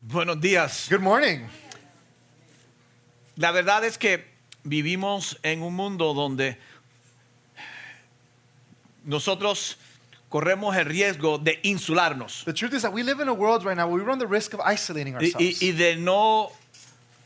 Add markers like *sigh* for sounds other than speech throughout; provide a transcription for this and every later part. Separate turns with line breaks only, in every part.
Buenos días.
Good morning.
La verdad es que vivimos en un mundo donde nosotros corremos el riesgo de insularnos
The truth is that we live in a world right now where we run the risk of isolating
y,
ourselves
y- y de no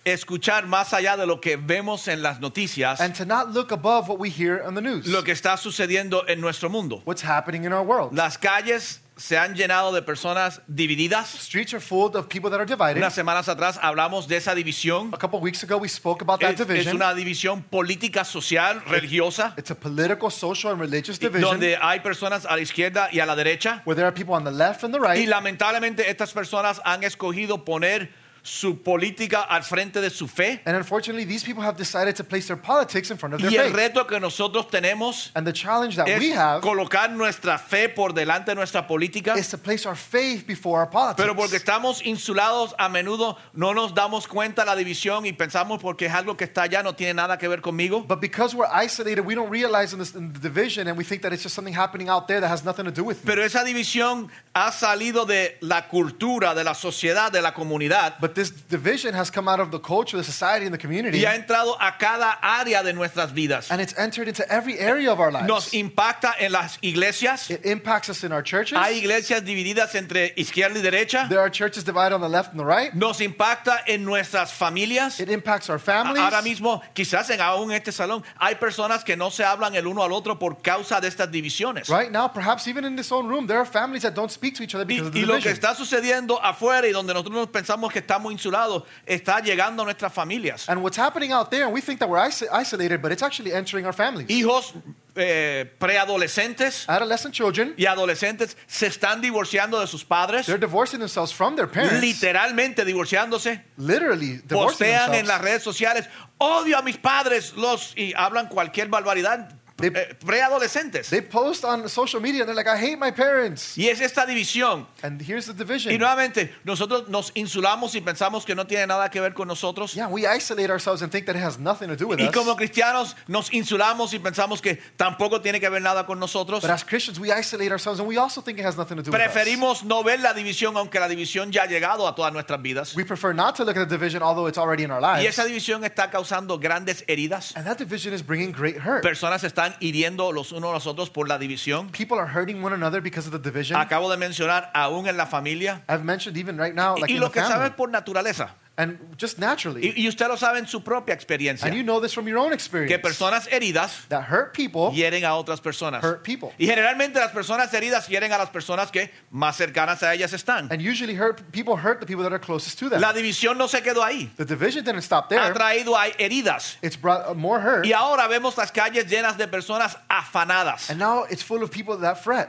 escuchar más allá de lo que vemos en las noticias,
and to not look above what we hear on the news.
lo que está sucediendo en nuestro mundo.
What's happening in our world?
Las calles se han llenado de personas divididas.
Streets are full of people that are divided.
Unas semanas atrás hablamos de esa división.
A couple weeks ago, we spoke about that
Es, es
division.
una división política, social, religiosa,
It's a political, social, and religious division
donde hay personas a la izquierda y a la derecha.
where there are people on the left and the
Y
right.
lamentablemente estas personas han escogido poner su política al frente de su fe.
And unfortunately, these people have decided to place their politics in front of their
Y el
faith.
reto que nosotros tenemos
And the challenge that we
es
have
colocar nuestra fe por delante de nuestra política.
is to place our faith before our politics.
Pero porque estamos insulados, a menudo no nos damos cuenta de la división y pensamos porque es algo que está allá, no tiene nada que ver conmigo.
But because we're isolated, we don't realize in, this, in the division, and we think that it's just something happening out there that has nothing to do with me.
Pero esa división ha salido de la cultura, de la sociedad, de la comunidad
But this division has come out of the culture, the society, and the community,
y ha entrado a cada área de nuestras vidas.
and it's entered into every area of our lives.
Nos impacta en las iglesias.
It impacts us in our churches.
Hay iglesias divididas entre izquierda y derecha.
There are churches divided on the left and the right.
Nos impacta en nuestras familias.
It impacts our
A-
families.
Ahora mismo, quizás en aún este salón, hay personas que no se hablan el uno al otro por causa de estas divisiones.
Right now, perhaps even in this own room, there are families that don't speak to each other
Y,
because of
y
the
lo que
division.
está sucediendo afuera y donde nosotros pensamos que estamos insulados, está llegando a nuestras familias.
And what's happening out there, and we think that we're iso- isolated, but it's actually entering our families.
Hijos eh, preadolescentes
Adolescent children,
y adolescentes se están divorciando de sus padres,
they're divorcing themselves from their parents.
literalmente divorciándose.
literally divorcing
postean en las
themselves.
redes sociales, odio a mis padres, los y hablan cualquier barbaridad,
They-
eh, preadolescentes.
They post on social media and they're like, I hate my parents.
Y es esta división.
And here's the
Y
division.
nuevamente, nosotros nos insulamos y pensamos que no tiene nada que ver con nosotros.
Yeah, we isolate ourselves and think that it has nothing to do with
Y
us.
como cristianos nos insulamos y pensamos que tampoco tiene que ver nada con nosotros.
But as Christians, we isolate ourselves and we also think it has nothing to do with us.
Preferimos no ver la división, aunque la división ya ha llegado a todas nuestras vidas.
We prefer not to look at the division, although it's already in our
Y
lives.
esa división está causando grandes heridas.
And that division is bringing great hurt.
Personas se están hiriendo los unos a los otros por la división.
People are hurting one another because of the division.
Acabo de mencionar aún en la familia.
I've mentioned even right now, like
y
in
lo
the
que sabes
family,
por naturaleza.
and just naturally.
Y, y usted lo sabe en su propia experiencia.
And you know this from your own
Que
experience.
personas heridas
That hurt people
hieren a otras personas.
hurt people.
Y generalmente las personas heridas hieren a las personas que más cercanas a ellas están.
And usually hurt people hurt the people that are closest to them.
La división no se quedó ahí.
The division didn't stop
Ha
there.
traído a heridas.
It's brought uh, more hurt.
Y ahora vemos las calles llenas de personas afanadas,
And now it's full of people that fret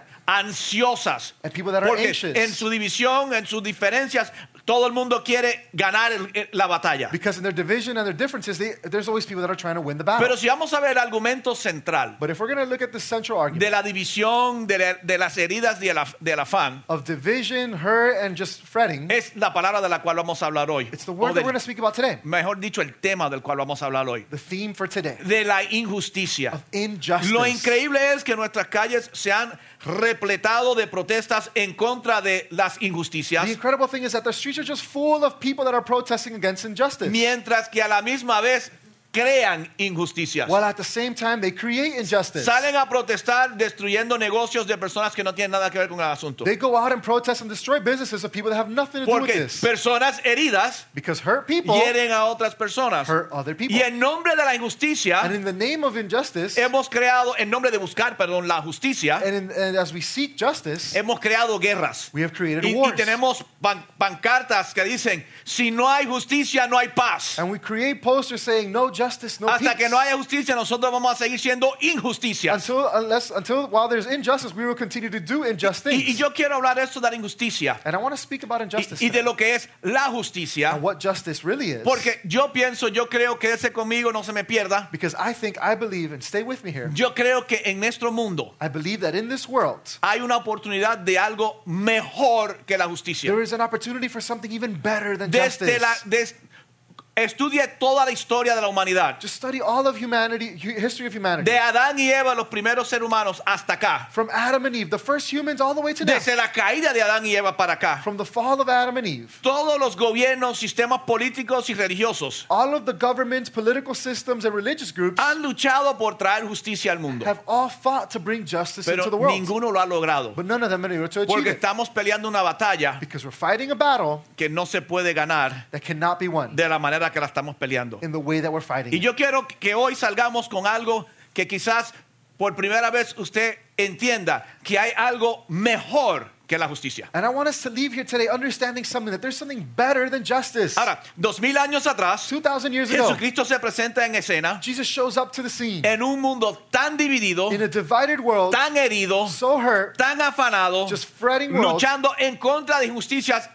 ansiosas.
and people that are
Porque
anxious.
en su división, en sus diferencias, todo el mundo quiere ganar el- el- la batalla.
Because in their division and their differences, they, there's always people that are trying to win the battle.
Pero si vamos a ver el argumento central
but if we're going to look at the central argument
de la división, de, la- de las heridas y el af- del afán,
of division, hurt, and just fretting,
es la palabra de la cual vamos a hablar hoy.
it's the
O
word that
del-
we're going to speak about today.
mejor dicho, el tema del cual vamos a hablar hoy.
The theme for today
De la injusticia.
of injustice.
Lo increíble es que nuestras calles se han repletado de protestas en contra de las injusticias,
The incredible thing is that the streets are just full of people that are protesting against injustice.
mientras que a la misma vez crean injusticias.
While at the same time, they create injustice.
Salen a protestar destruyendo negocios de personas que no tienen nada que ver con el asunto.
They go out and protest and destroy businesses of people that have nothing to do with
Porque
this.
personas heridas
Because hurt people
hieren a otras personas.
hurt other people.
Y en nombre de la injusticia,
And in the name of injustice,
hemos creado, en nombre de buscar, perdón, la justicia,
and, in, and as we seek justice,
hemos creado guerras.
we have created
Y, y
wars.
tenemos ban- pancartas que dicen, si no hay justicia, no hay paz.
And we create posters saying no justice, no
Hasta
peace.
que no haya justicia, nosotros vamos a seguir siendo injusticias.
until unless until while there's injustice, we will continue to do injustice.
Y, y yo quiero hablar de esto de la injusticia
and I want to speak about injustice
y, y de
today,
lo que es la justicia.
and what justice really is.
Porque yo pienso, yo creo, quédese conmigo, no se me pierda.
because I think I believe, and stay with me here.
Yo creo que en nuestro mundo
I believe that in this world
hay una oportunidad de algo mejor que la justicia.
there is an opportunity for something even better than
Desde
justice.
la, des- Estudie toda la historia de la humanidad.
Just study all of humanity, hu- history of humanity.
De Adán y Eva, los primeros seres humanos, hasta acá.
From Adam and Eve, the first humans all the way to now.
Desde la caída de Adán y Eva para acá.
From the fall of Adam and Eve.
Todos los gobiernos, sistemas políticos y religiosos
All of the governments, political systems, and religious groups
han luchado por traer justicia al mundo.
have all fought to bring justice
Pero
into the world.
ninguno lo ha logrado.
But none of them are able to achieve
Porque
it.
estamos peleando una batalla
Because we're fighting a battle
que no se puede ganar
that cannot be won
de la manera que la estamos peleando.
in the way that we're fighting.
Y
it.
yo quiero que hoy salgamos con algo que quizás por primera vez usted entienda que hay algo mejor que la justicia.
And I want us to leave here today understanding something that there's something better than justice.
Ahora, dos mil años atrás,
2,000 years ago,
Jesucristo se presenta en escena
Jesus shows up to the scene
en un mundo tan dividido,
in a divided world,
tan herido,
so hurt,
tan afanado,
just fretting world,
luchando en contra de injusticias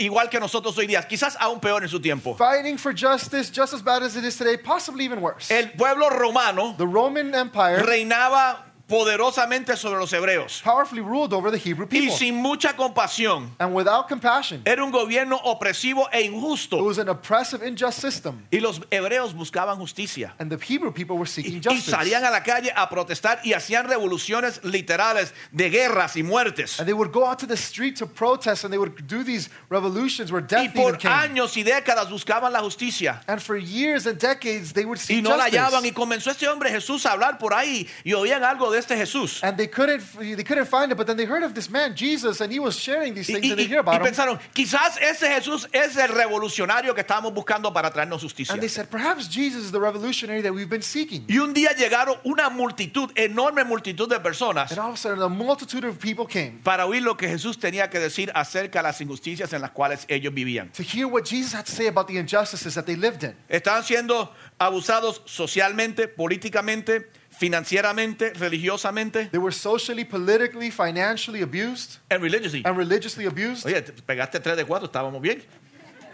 igual que nosotros hoy día, quizás aún peor en su tiempo.
fighting for justice just as bad as it is today, possibly even worse.
El pueblo romano
The Roman Empire
reinaba poderosamente sobre los hebreos
powerfully ruled over the Hebrew
y
people.
sin mucha compasión.
And without compassion,
Era un gobierno opresivo e
it
injusto.
was an oppressive, unjust system.
Y los hebreos buscaban justicia.
And the Hebrew people were seeking
Y, y
justice.
salían a la calle a protestar y hacían revoluciones literales de guerras y muertes.
And they would go out to the street to protest and they would do these revolutions where
Y
death even
por
came.
años y décadas buscaban la justicia.
And for years and decades, they would
Y
seek
no la hallaban.
justice.
Y comenzó este hombre Jesús a hablar por ahí y oían algo de este Jesús.
And they couldn't, they couldn't find it, but then they heard of this man, Jesus, and he was sharing these
Y,
things
y-
and they
y-
hear
y
about him.
pensaron, quizás ese Jesús es el revolucionario que estábamos buscando para traernos justicia.
And they said, perhaps Jesus is the revolutionary that we've been seeking.
Y un día llegaron una multitud, enorme multitud de personas
And all of a sudden, a multitude of people came
para oír lo que Jesús tenía que decir acerca de las injusticias en las cuales ellos vivían.
to hear what Jesus had to say about the injustices that they lived in.
Estaban siendo abusados socialmente, políticamente, financieramente, religiosamente,
They were socially, politically, financially abused
and religiously.
and religiously abused.
Oye, te pegaste tres de cuatro, estábamos bien.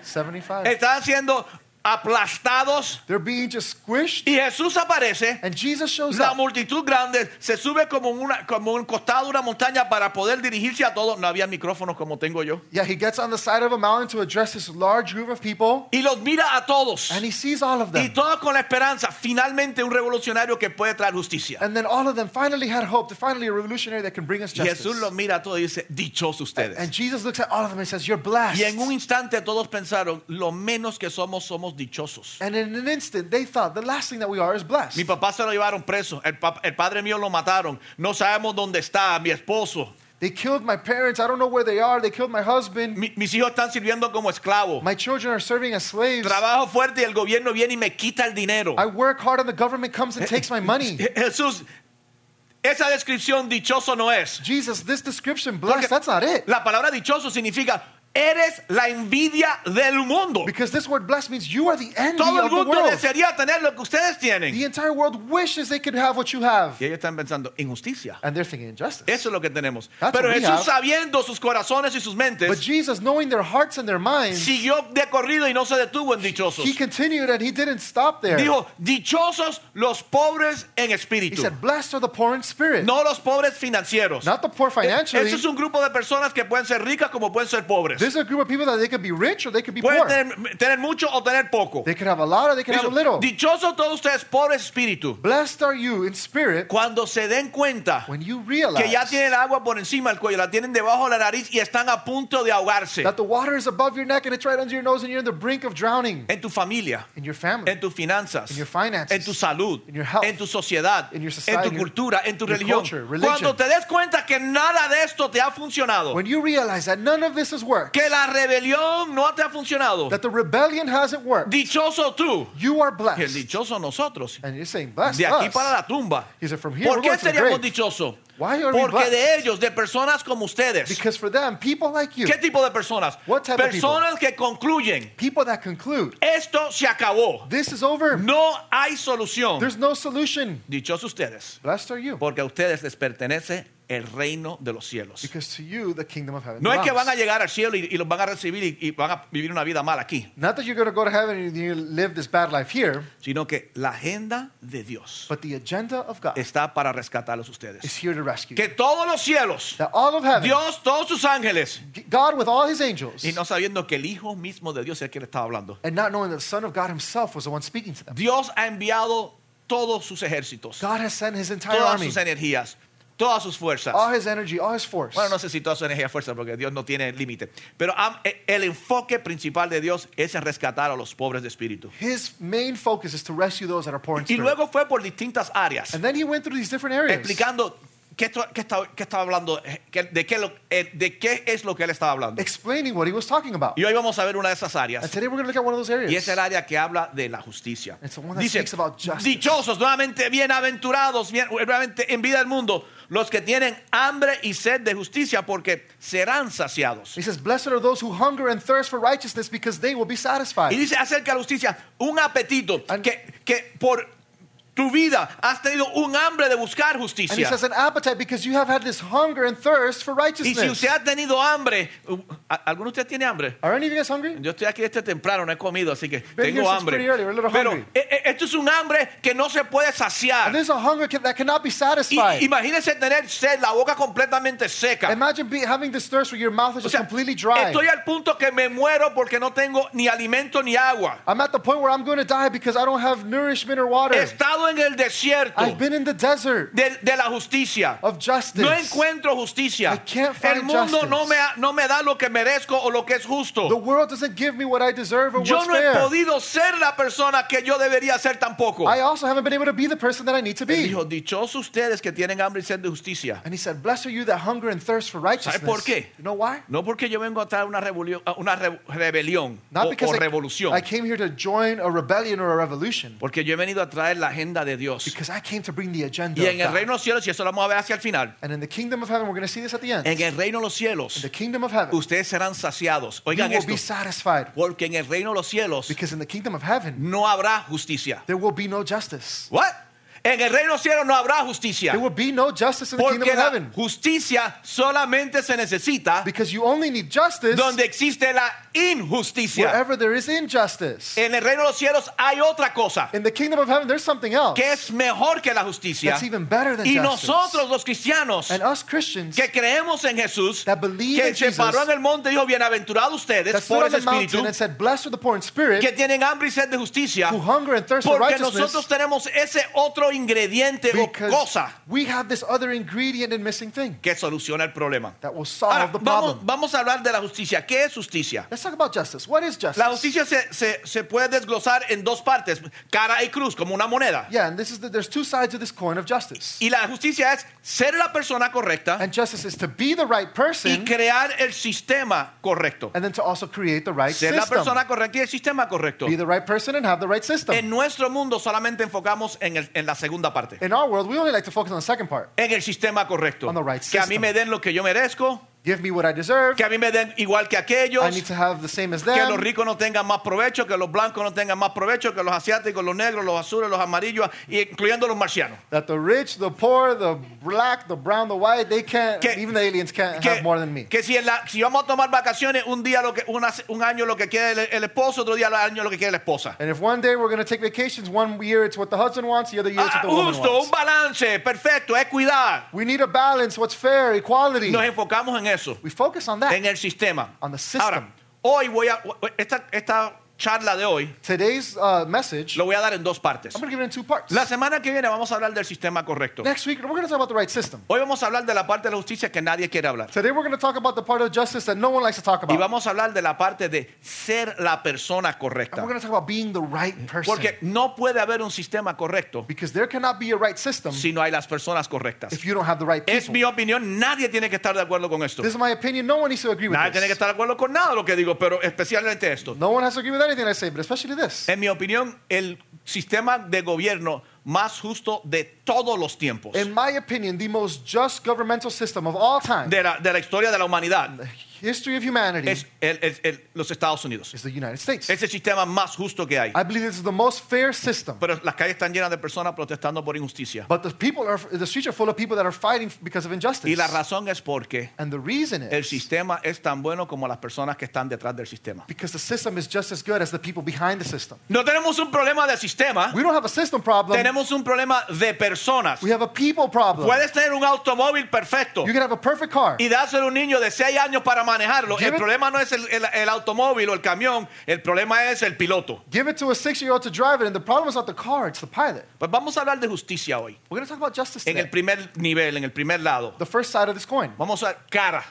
75.
Estaban siendo aplastados
They're being just squished.
y Jesús aparece.
And Jesus shows
La
up.
multitud grande se sube como, una, como un costado de una montaña para poder dirigirse a todos. No había micrófonos como tengo yo.
Yeah, he gets on the side of a mountain to address this large group of people,
Y los mira a todos.
and he sees all of
Y
them.
todos con la esperanza, finalmente un revolucionario que puede traer justicia.
And then all of them finally had hope. They're finally a revolutionary that can bring us justice.
Jesús los mira a todos y dice, dichosos
And
ustedes.
Jesus looks at all of them and says, You're
Y en un
blessed.
instante todos pensaron, lo menos que somos, somos dichosos.
And in an instant, they thought, The last thing that we are is blessed.
Mi papá se lo llevaron preso, el, pa- el padre mío lo mataron, no sabemos dónde está mi esposo,
They killed my parents. I don't know where they are. They killed my husband.
Mi- mis hijos están sirviendo como esclavos.
My children are serving as slaves.
Trabajo fuerte y el gobierno viene y me quita el dinero.
I work hard and the government comes and takes my
*laughs*
money.
Je- Jesús, esa descripción dichoso no es.
Jesus, this description,
Porque-
blessed, that's not it.
La palabra dichoso significa, eres la envidia del mundo.
Because this word blessed means you are the envy
Todo el
of the
mundo
world.
desearía tener lo que ustedes tienen.
The entire world wishes they could have what you have.
Y ellos están pensando, injusticia.
And they're thinking injustice.
Eso es lo que tenemos.
That's
Pero
what we
Jesús,
have.
sabiendo sus corazones y sus
But
mentes,
Jesus, knowing their hearts and their minds,
siguió de corrido y no se detuvo en dichosos.
he continued and he didn't stop there.
Dijo, dichosos los pobres en
He
espíritu.
said, Blessed are the poor in spirit,
No los pobres financieros. E-,
not the poor financially.
Eso es un grupo de personas que pueden ser ricas como pueden ser pobres.
There's a group of people that they could be rich or they could be
Pueden
poor.
tener, tener mucho o tener poco.
They could have a lot or they could have a little.
Dichosos todos ustedes, pobres espíritu.
Blessed are you in spirit
Cuando se den cuenta
when you
que ya
realize
tienen agua por encima del cuello, la tienen debajo de la nariz y están a punto de ahogarse
that the water is above your neck and it's right under your nose and you're on the brink of drowning
en tu familia,
in your family.
en tus finanzas,
In your finances,
en tu salud,
in your health,
en tu sociedad,
in your society,
en tu cultura, en tu
your
religión.
culture, religion.
Cuando te des cuenta que nada de esto te ha funcionado,
When you realize that none of this has worked,
que la rebelión no te ha funcionado,
that the rebellion hasn't worked,
dichoso tú,
you
y
are
el
blessed.
dichoso nosotros,
And you're saying, blessed
de aquí
us.
para la tumba.
He said, from here
¿Por
we're going
qué
to the
seríamos
grave.
dichosos?
Why are we
Porque de
blessed?
ellos, de personas como ustedes,
Because for them, people like you,
¿Qué tipo de personas?
What type of
personas que concluyen,
people that conclude,
esto se acabó,
this is over.
no hay solución.
There's no solution.
Dichosos ustedes,
Blessed are you.
porque a ustedes les pertenece el reino de los cielos.
Because to you, the kingdom of heaven
No es que van a
belongs.
llegar al cielo y, y los van a recibir y, y van a vivir una vida mala aquí,
Not that you're going to go to heaven and you live this bad life here,
sino que la agenda de Dios
but the agenda of God
está para rescatarlos
is
ustedes.
here to rescue
Que
you.
todos los cielos,
That all of heaven,
Dios, todos sus ángeles,
God with all his angels,
y no sabiendo que el Hijo mismo de Dios es el que le estaba hablando.
and not knowing that the Son of God himself was the one speaking to them.
Dios ha enviado todos sus ejércitos,
God has sent his entire
todas
army,
sus energías, todas sus fuerzas.
all his energy, all his force.
Bueno, no sé si todas sus energías fuerzas, porque Dios no tiene límite. Pero am- e- el enfoque principal de Dios es en rescatar a los pobres de espíritu.
His main focus is to rescue those that are poor in
Y
spirit.
luego fue por distintas áreas,
and then he went through these different areas,
explicando qué, esto- qué estaba, qué estaba hablando, eh, qué- de, qué lo- eh, de qué es lo que él estaba hablando.
explaining what he was talking about.
Y hoy vamos a ver una de esas
And
áreas.
today we're going to look at one of those areas.
Y es el área que habla de la justicia.
It's the one that
Dice,
speaks about justice.
dichosos, nuevamente bienaventurados, bien- nuevamente en vida del mundo, los que tienen hambre y sed de justicia, porque serán saciados.
He says, Blessed are those who hunger and thirst for righteousness because they will be satisfied.
Y dice acerca de la justicia, un apetito
And-
que, que por tu vida has tenido un hambre de buscar
and he
justicia.
says, An appetite because you have had this hunger and thirst for
Y si
righteousness.
usted ha tenido hambre, uh, ¿a- ¿alguno de ustedes tiene hambre?
Are any of you guys hungry?
Yo estoy aquí este temprano, no he comido, así que
here
tengo
since
hambre.
pretty early, we're a little
Pero
hungry.
eh, eh, esto es un hambre que no se puede
And
saciar.
there's a hunger can, that cannot be
Y,
satisfied.
imagínense tener sed, la boca completamente seca.
Imagine be, having this thirst where your mouth is
O
just
sea,
completely dry.
estoy al punto que me muero porque no tengo ni alimento ni agua.
I'm at the point where I'm going to die because I don't have nourishment or water.
He estado en el desierto
I've been in the desert
de, de la justicia.
of justice.
No encuentro justicia.
I can't find
El mundo no
justice.
me, ha- no me da lo que merezco o lo que es
The
justo.
world doesn't give me what I deserve or
Yo
what's
no he
fair.
podido ser la persona que yo debería ser tampoco.
I also haven't been able to be the person that I need to
Él
be.
dijo, dichosos ustedes que tienen hambre y sed de justicia.
And he said, Blessed are you that hunger and thirst for righteousness.
¿Sabe por qué?
You know why?
No porque yo vengo a traer una, rebulio- a una re- rebelión
Not
o,
because
o
I-
revolución.
I came here to join a rebellion or a revolution,
Porque yo he venido a traer la agenda de Dios.
because I came to bring the agenda.
Y
of
en el
God.
reino de los cielos, y eso lo vamos a ver hacia el final,
and in the kingdom of heaven, we're going to see this at the end.
en el reino de los
in
cielos,
the kingdom of heaven,
ustedes serán saciados.
you
Oigan
will be
esto,
satisfied,
porque en el reino de los cielos
because in the kingdom of heaven,
no habrá justicia.
there will be no justice.
What? En el reino de los cielos no habrá justicia.
There will be no justice in the kingdom
Porque
of
la
heaven,
justicia solamente se necesita
because you only need justice
donde existe la injusticia.
wherever there is injustice.
En el reino de los cielos hay otra cosa
in the kingdom of heaven, there's something else
que es mejor que la justicia.
that's even better than
Y
justice.
nosotros los cristianos
and us Christians,
que creemos en Jesús,
That believe
que
in
se
Jesus.
paró en el monte y dijo, bienaventurados
that
ustedes,
stood on
pobres
the
de espíritu,
mountain and said, Blessed are the poor in spirit,
que tienen hambre y sed de justicia,
who hunger and thirst for
porque
righteousness,
nosotros tenemos ese otro ingrediente o
because
cosa
we have this other ingredient and missing thing
que soluciona el problema.
that will solve
Ahora,
the
vamos,
problem.
vamos a hablar de la justicia. ¿Qué es justicia?
Let's talk about justice. What is justice?
La justicia se, se- se puede desglosar en dos partes, cara y cruz, como una moneda.
yeah, and this is the, there's two sides of this coin of justice.
Y la justicia es ser la persona correcta
And justice is to be the right
y
person
crear el sistema correcto.
and then to also create the right
Ser la
system.
persona correcta y el sistema correcto.
Be the right person and have the right system.
En nuestro mundo solamente enfocamos en, el- en la segunda parte,
In our world, we only like to focus on the second part.
en el sistema correcto.
On the right
que a mí
system.
me den lo que yo merezco,
Give me what I deserve.
que a mí me den igual que aquellos,
I need to have the same as
que los
them.
ricos no tengan más provecho, que los blancos no tengan más provecho, que los asiáticos, los negros, los azules, los amarillos, y incluyendo los marcianos.
That the rich, the poor, the black, the brown, the white, they can't,
Que-
even the aliens can't
Que,
have more than me.
que si, en la- si vamos a tomar vacaciones, un día lo que, una- un año lo que quiere el, el esposo, otro día el año lo que quiere la esposa.
And if one day we're going to take vacations, one year it's what the husband wants, the other year it's
Ah,
what the woman
justo,
wants.
un balance, perfecto, equidad.
We need a balance, what's fair, equality.
Nos enfocamos en eso.
We focus on that.
en el sistema.
On the system.
Ahora, hoy voy a esta, esta charla de hoy
Today's uh, message,
lo voy a dar en dos partes.
I'm going to give it in two parts.
La semana que viene vamos a hablar del sistema correcto.
Next week, we're going to talk about the right system.
Hoy vamos a hablar de la parte de la justicia que nadie quiere hablar.
Today, we're going to talk about the part of justice that no one likes to talk
Y
about.
vamos a hablar de la parte de ser la persona
And
correcta.
we're going to talk about being the right person.
Porque no puede haber un sistema correcto
Because there cannot be a right system
si no hay las personas correctas.
if you don't have the right
Es
people.
mi opinión, nadie tiene que estar de acuerdo con esto.
This is my opinion. No one needs to agree with
Nadie tiene que
this.
estar de acuerdo con nada de lo que digo, pero especialmente esto.
No one has to agree with anything I say, but especially this.
En mi opinión, el sistema de gobierno más justo de todos los tiempos,
In my opinion, the most just governmental system of all time
de la, de la historia de la humanidad,
history of humanity
es el- el- el- los Estados Unidos.
is the United States.
Es el sistema más justo que hay.
I believe this is the most fair system.
Pero las calles están llenas de personas protestando por injusticia.
But the people are the streets are full of people that are fighting because of injustice.
Y la razón es porque
and the reason
el
is
sistema es tan bueno como las personas que están detrás del sistema.
because the system is just as good as the people behind the system.
No tenemos un problema de sistema,
We don't have a system problem.
tenemos un problema de personas.
we have a people problem.
Puedes tener un automóvil perfecto
you can have a perfect car.
y dárselo a un niño de 6 años para manejarlo.
Give
El
it-
problema no es el, el- el automóvil o el camión, el problema es el piloto.
Give it to a six-year-old to drive it, and the problem is not the car; it's the pilot.
Pues vamos a hablar de justicia hoy,
We're going to talk about justice
en
today.
el primer nivel, en el primer lado.
the first side of this coin.
Vamos a ver cara,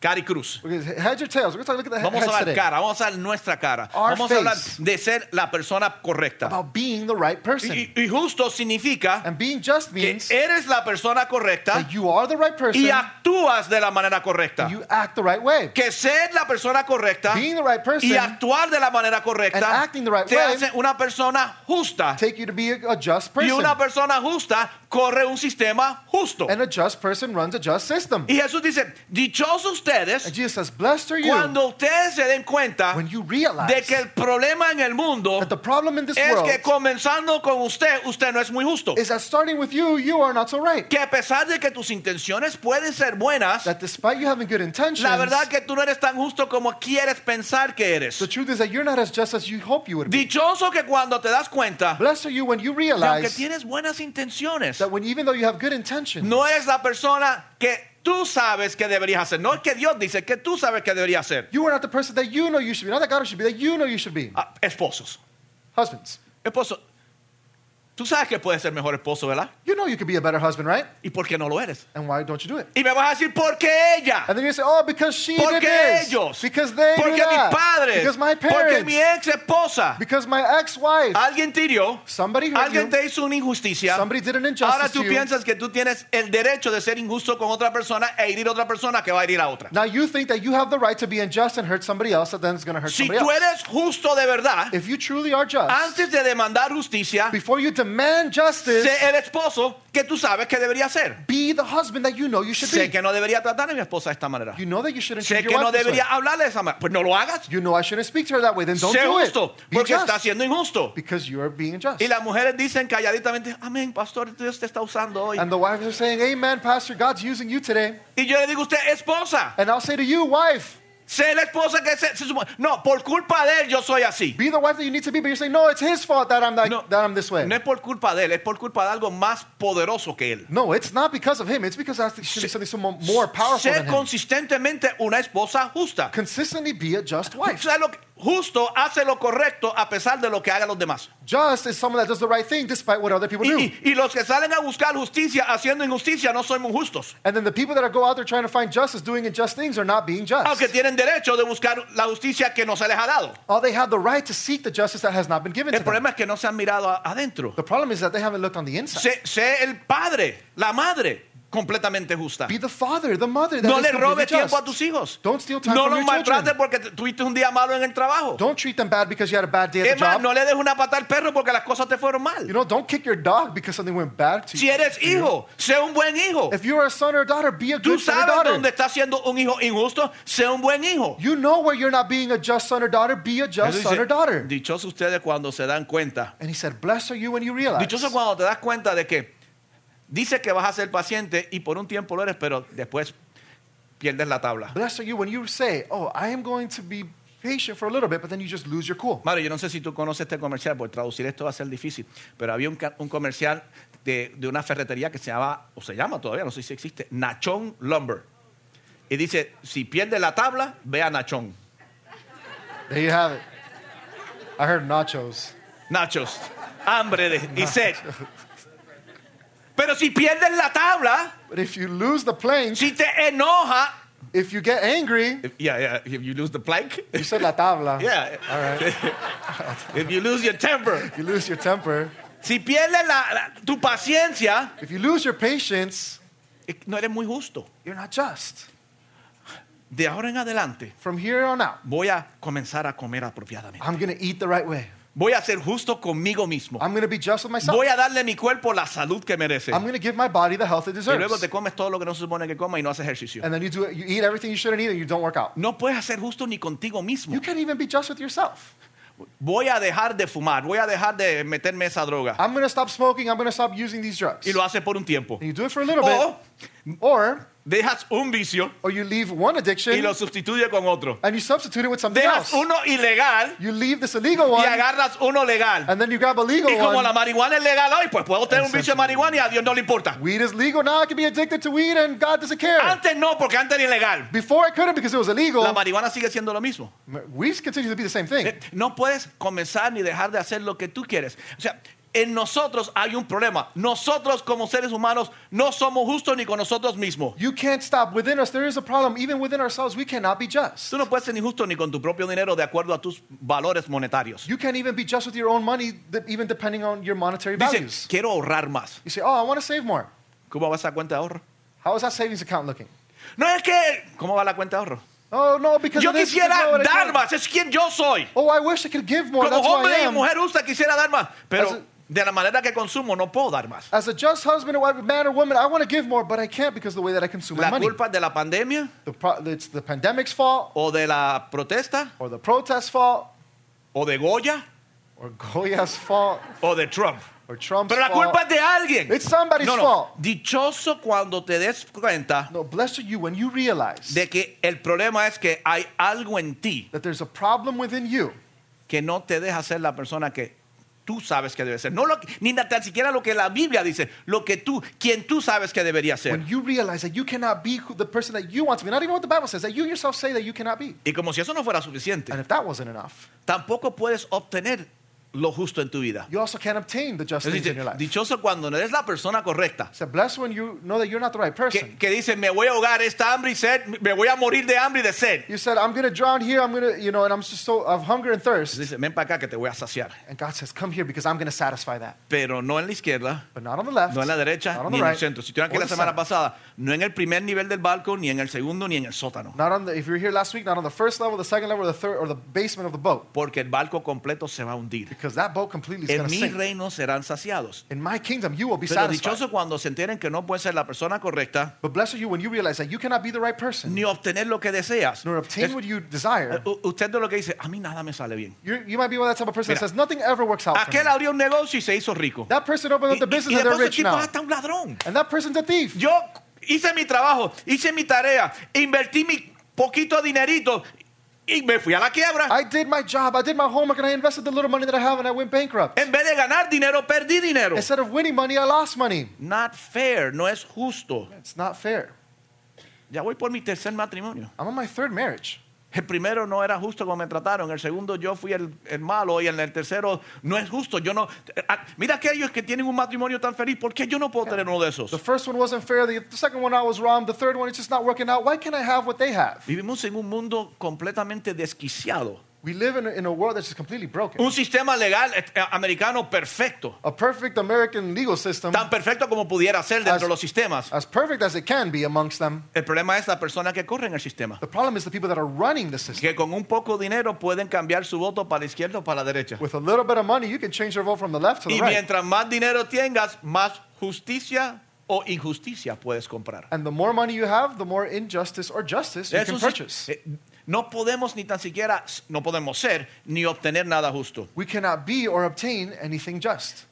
cara y cruz.
We're going to head your tails. We're going to look at the
Vamos a
heads
hablar
today
cara, vamos a hablar nuestra cara.
Our
Vamos a hablar
face.
de ser la persona correcta.
about being the right person.
Y, y justo significa
and being just
que
means
eres la persona correcta
that you are the right person.
y actúas de la manera
and
correcta.
you act the right way.
Que ser la persona correcta
being the right person
y actuar de la manera
And
correcta
acting the right
te
way
hace una persona justa.
take you to be a, a just
Y
person.
una persona justa corre un sistema justo.
and a just person runs a just system.
Y Jesús dice, dichosos
and
ustedes
Jesus says, blessed are you
cuando ustedes se den cuenta
when you realize
de que el problema en el mundo
that the problem in this
es
world
que comenzando con usted, usted no es muy justo.
is that starting with you, you are not so right.
Que a pesar de que tus intenciones pueden ser buenas,
That despite you having good intentions,
la verdad que tú no eres tan justo como quieres pensar que eres.
the truth is that you're not as just as you hope you would be.
Dichoso que cuando te das cuenta
Blessed are you when you
que aunque
realize
tienes buenas intenciones,
that when even though you have good intentions,
no eres la persona que tú sabes que deberías hacer. No es que Dios dice que tú sabes que deberías hacer.
you are not the person that you know you should be, not that God should be, that you know you should be.
Ah, esposos.
Husbands,
Esposo, tú sabes que puedes ser mejor esposo, ¿verdad?
you know you could be a better husband, right?
¿Y por qué no lo eres?
And why don't you do it?
Y me vas a decir, ¿por qué ella?
And then you say, oh, because she
Porque
did this.
ellos.
Because they do
Porque
that.
mis padres.
Because my
Porque
parents.
mi ex esposa.
Because my ex-wife.
Alguien te hirió.
Somebody hurt
Alguien
you.
te hizo una injusticia.
Somebody did an injustice
Ahora tú
to you.
piensas que tú tienes el derecho de ser injusto con otra persona e herir a otra persona que va a herir a otra.
Now you think that you have the right to be unjust and hurt somebody else, that then it's going to hurt
Si
somebody
tú
else.
eres justo de verdad,
If you truly are just,
antes de demandar justicia,
before you demand justice,
sé el esposo que tú sabes que debería ser.
be the husband that you know you should
Sé
be.
que no debería tratar a mi esposa de esta manera.
You know that you shouldn't
Sé
treat
que
your
no
wife this way.
debería hablarle de esa manera. Pues no lo hagas.
You know I shouldn't speak to her that way. Then don't
Sé
do
justo,
it. Be
porque
just.
está siendo injusto.
Because you are being unjust.
Y las mujeres dicen calladitamente, amén, pastor, Dios te está usando hoy.
And the wives are saying, Amen, Pastor, God's using you today.
Y yo le digo a usted, esposa,
And I'll say to you, wife,
sé la esposa que se, se supo- No, por culpa de él yo soy así.
be the wife that you need to be. But you're saying, no, it's his fault that I'm, like,
No.
that I'm this way.
No es por culpa de él, es por culpa de algo más poderoso que él.
No, it's not because of him. It's because there should be something so mo- more powerful
Sé
than him.
consistentemente una esposa justa.
Consistently be a just
O
wife.
sea, lo que- justo hace lo correcto a pesar de lo que hagan los demás.
Just is someone that does the right thing despite what other people
Y,
do.
y- y los que salen a buscar justicia haciendo injusticia no son muy justos.
And then the people that are go out there trying to find justice, doing unjust things, are not being just.
Aunque tienen derecho de buscar la justicia que no se les ha dado.
Oh, they have the right to seek the justice that has not been given to
El
them.
problema es que no se han mirado a- adentro.
The problem is that they haven't looked on the inside.
Sé, sé el padre, la madre completamente justa.
Be the father, the mother. That
No
is
le
completely
robes
just.
tiempo a tus hijos.
Don't steal time
No
from
los
your children.
maltrates porque te- tuviste un día malo en el trabajo.
Don't treat them bad because you had a bad day at the
Es más,
job.
no le des una pata al perro porque las cosas te fueron
You
mal.
know, don't kick your dog because something went bad to
Si
you.
eres hijo, sé un buen hijo.
If you're a son or a daughter, be a
Tú
good son or
sabes
daughter.
dónde está siendo un hijo injusto, sé un buen hijo.
You know where you're not being a just son or daughter, be a just
Jesús
son
dice,
or daughter.
Dichosos ustedes cuando se dan cuenta.
And he said, Blessed are you when you realize.
Dichoso cuando te das cuenta de que dices que vas a ser paciente y por un tiempo lo eres, pero después pierdes la tabla.
Blessed are you when you say, Oh, I am going to be patient for a little bit, but then you just lose your cool.
Mario, yo no sé si tú conoces este comercial, porque traducir esto va a ser difícil, pero había un, ca- un comercial de, de una ferretería que se llamaba, o se llama todavía, no sé si existe, Nachón Lumber. Y dice, si pierdes la tabla, ve a Nachón.
There you have it. I heard nachos.
Nachos, hambre de, y sed. Pero si pierdes la tabla,
But if you lose the plank,
si te enoja,
if you get angry,
if- yeah, yeah, if you lose the plank,
you said la tabla.
yeah,
All right.
*laughs* if you lose your temper,
You lose your temper.
si pierdes la- la- tu paciencia,
If you lose your patience,
eh, no eres muy justo.
you're not just.
De ahora en adelante,
From here on out,
voy a comenzar a comer apropiadamente.
I'm going to eat the right way.
Voy a ser justo conmigo mismo.
I'm going to be just with myself.
Voy a darle a mi cuerpo la salud que merece.
I'm going to give my body the health it
Y luego
deserves.
te comes todo lo que no se supone que comas y no haces ejercicio.
And then you do it, you eat everything you shouldn't eat and you don't work out.
No puedes ser justo ni contigo mismo.
You can't even be just with yourself.
Voy a dejar de fumar, voy a dejar de meterme esa droga.
I'm going to stop smoking. I'm going to stop using these drugs.
Y lo haces por un tiempo.
and you do it for a little
O
bit, or
dejas un vicio
or you leave one
y
addiction
lo sustituyes con otro.
and you substitute it with something
Dejas
else.
uno ilegal
You leave this illegal
y
one
agarras uno legal.
and then you grab a legal
Y como
one.
la marihuana es legal hoy, pues puedo tener un vicio de marihuana y a Dios no le importa.
Weed is legal now. I can be addicted to weed and God doesn't care.
Antes no, porque antes era ilegal.
Before I couldn't because it was illegal.
La marihuana sigue siendo lo mismo.
Weed continues to be the same thing.
Eh, No puedes comenzar ni dejar de hacer lo que tú quieres. O sea, en nosotros hay un problema. Nosotros como seres humanos no somos justos ni con nosotros mismos.
You can't stop within us. There is a problem even within ourselves. We cannot be just.
Tú no puedes ser ni justo ni con tu propio dinero de acuerdo a tus valores monetarios.
You can't even be just with your own money, th- even depending on your monetary
Dicen,
values.
quiero ahorrar más.
You say, "Oh, I want to save more."
¿Cómo va esa cuenta de ahorro?
How is that savings account looking?
No es que... ¿Cómo va la cuenta de ahorro?
Oh no, because
Yo
of this,
quisiera
because of that, I
dar
can't."
más. Es quien yo soy.
Oh, I wish I could give more.
Como
That's who I
hombre y
am.
mujer usa quisiera dar más.
As
Pero
a-
de la manera que consumo no puedo dar más.
As a just husband or wife, man or woman, I want to give more, but I can't because of the way that I consume
La
my money.
culpa es de la pandemia
The pro- it's the pandemic's fault,
o de la protesta
or the protest's fault,
o de Goya
or *laughs* Goya's fault,
o de Trump.
or Trump's
Pero la
fault.
culpa es de alguien.
It's somebody's
No, no.
fault.
Dichoso cuando te des cuenta
No, blessed are you when you realize
de que el problema es que hay algo en ti
that there's a problem within you.
que no te deja ser la persona que tú sabes que debe ser. No lo que- ni tan siquiera lo que la Biblia dice, lo que tú, quien tú sabes que debería ser.
When you realize that you cannot be who, the person that you want to be, not even what the Bible says, that you yourself say that you cannot be.
Y como si eso no fuera suficiente,
And if that wasn't enough,
tampoco puedes obtener lo justo en tu vida.
you also can't obtain the just
Es
things in
decir,
your life.
dichoso cuando no eres la persona correcta.
So blessed when you know that you're not the right
Que,
person.
que dice, me voy a ahogar esta hambre y sed, me voy a morir de hambre y de sed.
You said, I'm going to drown here, I'm going to, you know, and I'm just so of hunger and thirst.
Dice, ven para acá que te voy a saciar.
And God says, Come here because I'm going to satisfy that.
Pero no en la izquierda,
But not on the left,
no en la
not
derecha,
on
ni en
the
el
right,
centro. Si estuvieron aquí
or
la
the
semana
center.
pasada, no en el primer nivel del barco, ni en el segundo, ni en el sótano.
Not on the, if you're here last week, not on the first level, the second level, or the third, or the basement of the boat,
Porque el barco completo se va a hundir.
because that boat completely is
En
going to
mi
sink.
reino serán saciados.
In my kingdom, you will be
Pero
satisfied.
dichoso cuando se enteren que no pueden ser la persona correcta,
But blessed are you when you realize that you cannot be the right person,
ni obtener lo que deseas.
nor obtain
Es- eh,
what you desire.
U- Usted de lo que dice, a mí nada me sale bien.
You're, you might be one of that type of person
Mira.
that says nothing ever works out. For me.
Aquel abrió un negocio y se hizo rico.
That person
Y,
opened up the
y- y
business and they're
después el
rich
tipo es
now,
hasta un ladrón.
and that person's a thief.
Yo hice mi trabajo, hice mi tarea, invertí mi poquito dinerito y me fui a la quiebra.
I did my job, I did my homework, and I invested the little money that I have, and I went bankrupt.
En vez de ganar dinero, perdí dinero.
Instead of winning money, I lost money.
Not fair, no es justo.
It's not fair.
Ya voy por mi tercer matrimonio.
I'm on my third marriage.
El primero no era justo como me trataron. El segundo yo fui el, el malo. Y en el tercero no es justo. Yo no. ah, Mira aquellos que tienen un matrimonio tan feliz. ¿Por qué yo no puedo tener uno de
The
esos?
first one wasn't fair. The the second one I was wrong. The third one it's just not working out. Why can't I have what they have?
Vivimos en un mundo completamente desquiciado.
We live in a, in a world that's just completely broken.
Un sistema legal eh, americano perfecto.
A perfect American legal system,
Tan perfecto como pudiera ser dentro de los sistemas.
as perfect as it can be amongst them.
El problema es la persona que corre en el sistema.
The problem is the people that are running the system.
Que con un poco de dinero pueden cambiar su voto para la izquierda o para la derecha.
With a little bit of money, you can change your vote from the left to the
Y
Pues, right.
mientras más dinero tengas, más justicia o injusticia puedes comprar.
And the more money you have, the more injustice or justice you
Es
can
un
purchase.
si- eh, no podemos ni tan siquiera, no podemos ser ni obtener nada justo.
We cannot be or obtain anything just.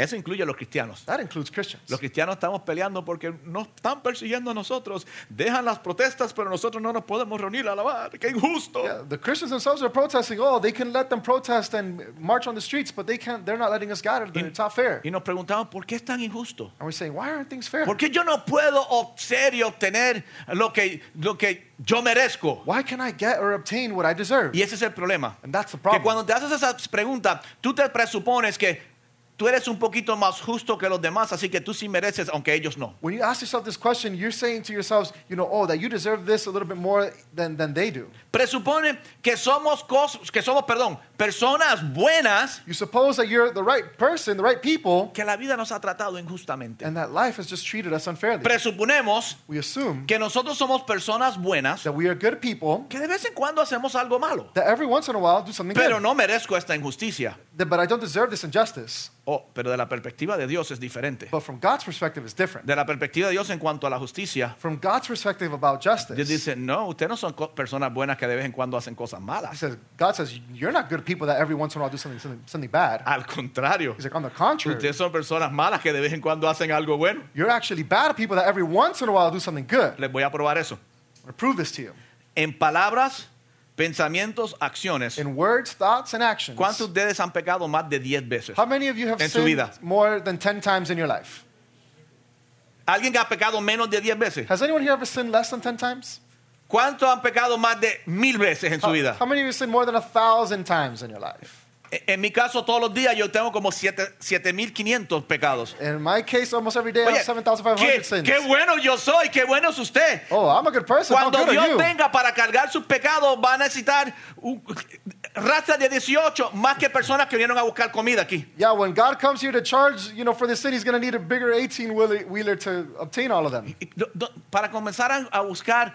Eso incluye a los cristianos.
That includes Christians.
Los cristianos estamos peleando porque nos están persiguiendo a nosotros. Dejan las protestas, pero nosotros no nos podemos reunir a alabar. ¡Qué injusto!
Yeah, the Christians themselves are protesting. Oh, they can let them protest and march on the streets, but they can't. They're not letting us gather.
In-
It's not fair.
Y nos preguntamos, ¿por qué es tan injusto?
And we're saying, why aren't things fair?
¿Por qué yo no puedo ob- ser y obtener lo que, lo que yo merezco?
Why can I get or obtain what I deserve?
Y ese es el problema.
And that's the
Que
problem.
cuando te haces esa pregunta, tú te presupones que tú eres un poquito más justo que los demás, así que tú sí mereces, aunque ellos no.
When you ask yourself this question, you're saying to yourselves, you know, oh, that you deserve this a little bit more than, than they do.
Presupone que somos, cos- que somos perdón, personas buenas
You suppose that you're the right person, the right people,
que la vida nos ha tratado injustamente.
and that life has just treated us unfairly.
Presuponemos
We assume
que nosotros somos personas buenas
that we are good people,
que de vez en cuando hacemos algo malo,
that every once in a while do something
pero
good.
no merezco esta injusticia.
That- But I don't deserve this injustice.
Oh, pero de la perspectiva de Dios es diferente.
But from God's perspective, it's different.
De la perspectiva de Dios en cuanto a la justicia,
From God's perspective about
Dios
justice,
dice, no, ustedes no son co- personas buenas que de vez en cuando hacen cosas
He
malas.
says, God says, you're not good people that every once in a while do something, something, something bad.
Al contrario,
He's like, on the contrary,
ustedes son personas malas que de vez en cuando hacen algo bueno.
you're actually bad people that every once in a while do something good.
Les voy a probar eso.
I prove this to you.
En palabras, pensamientos, acciones.
In words, thoughts, and actions.
¿Cuántos de ustedes han pecado más de 10 veces?
How many of you have
En su
sinned
vida.
more than 10 times in your life?
¿Alguien que ha pecado menos de 10 veces?
Has anyone here ever sinned less than 10 times?
¿Cuántos han pecado más de mil veces en su
How,
vida?
how many of you sinned more than a thousand times in your life?
En en mi caso, todos los días yo tengo como siete- 7.500 pecados.
In my case, almost every day I
Oye,
have 7,500
qué,
sins.
qué bueno yo soy, qué bueno es usted.
Oh, I'm a good person. How
Cuando
good are
Dios
you?
venga para cargar sus pecados, va a necesitar un- rastras de 18 más que personas que vinieron a buscar comida aquí.
Yeah, when God comes here to charge, you know, for the sin, he's going to need a bigger 18 wheeler, wheeler to obtain all of them.
Y do- do- Para comenzar a- a buscar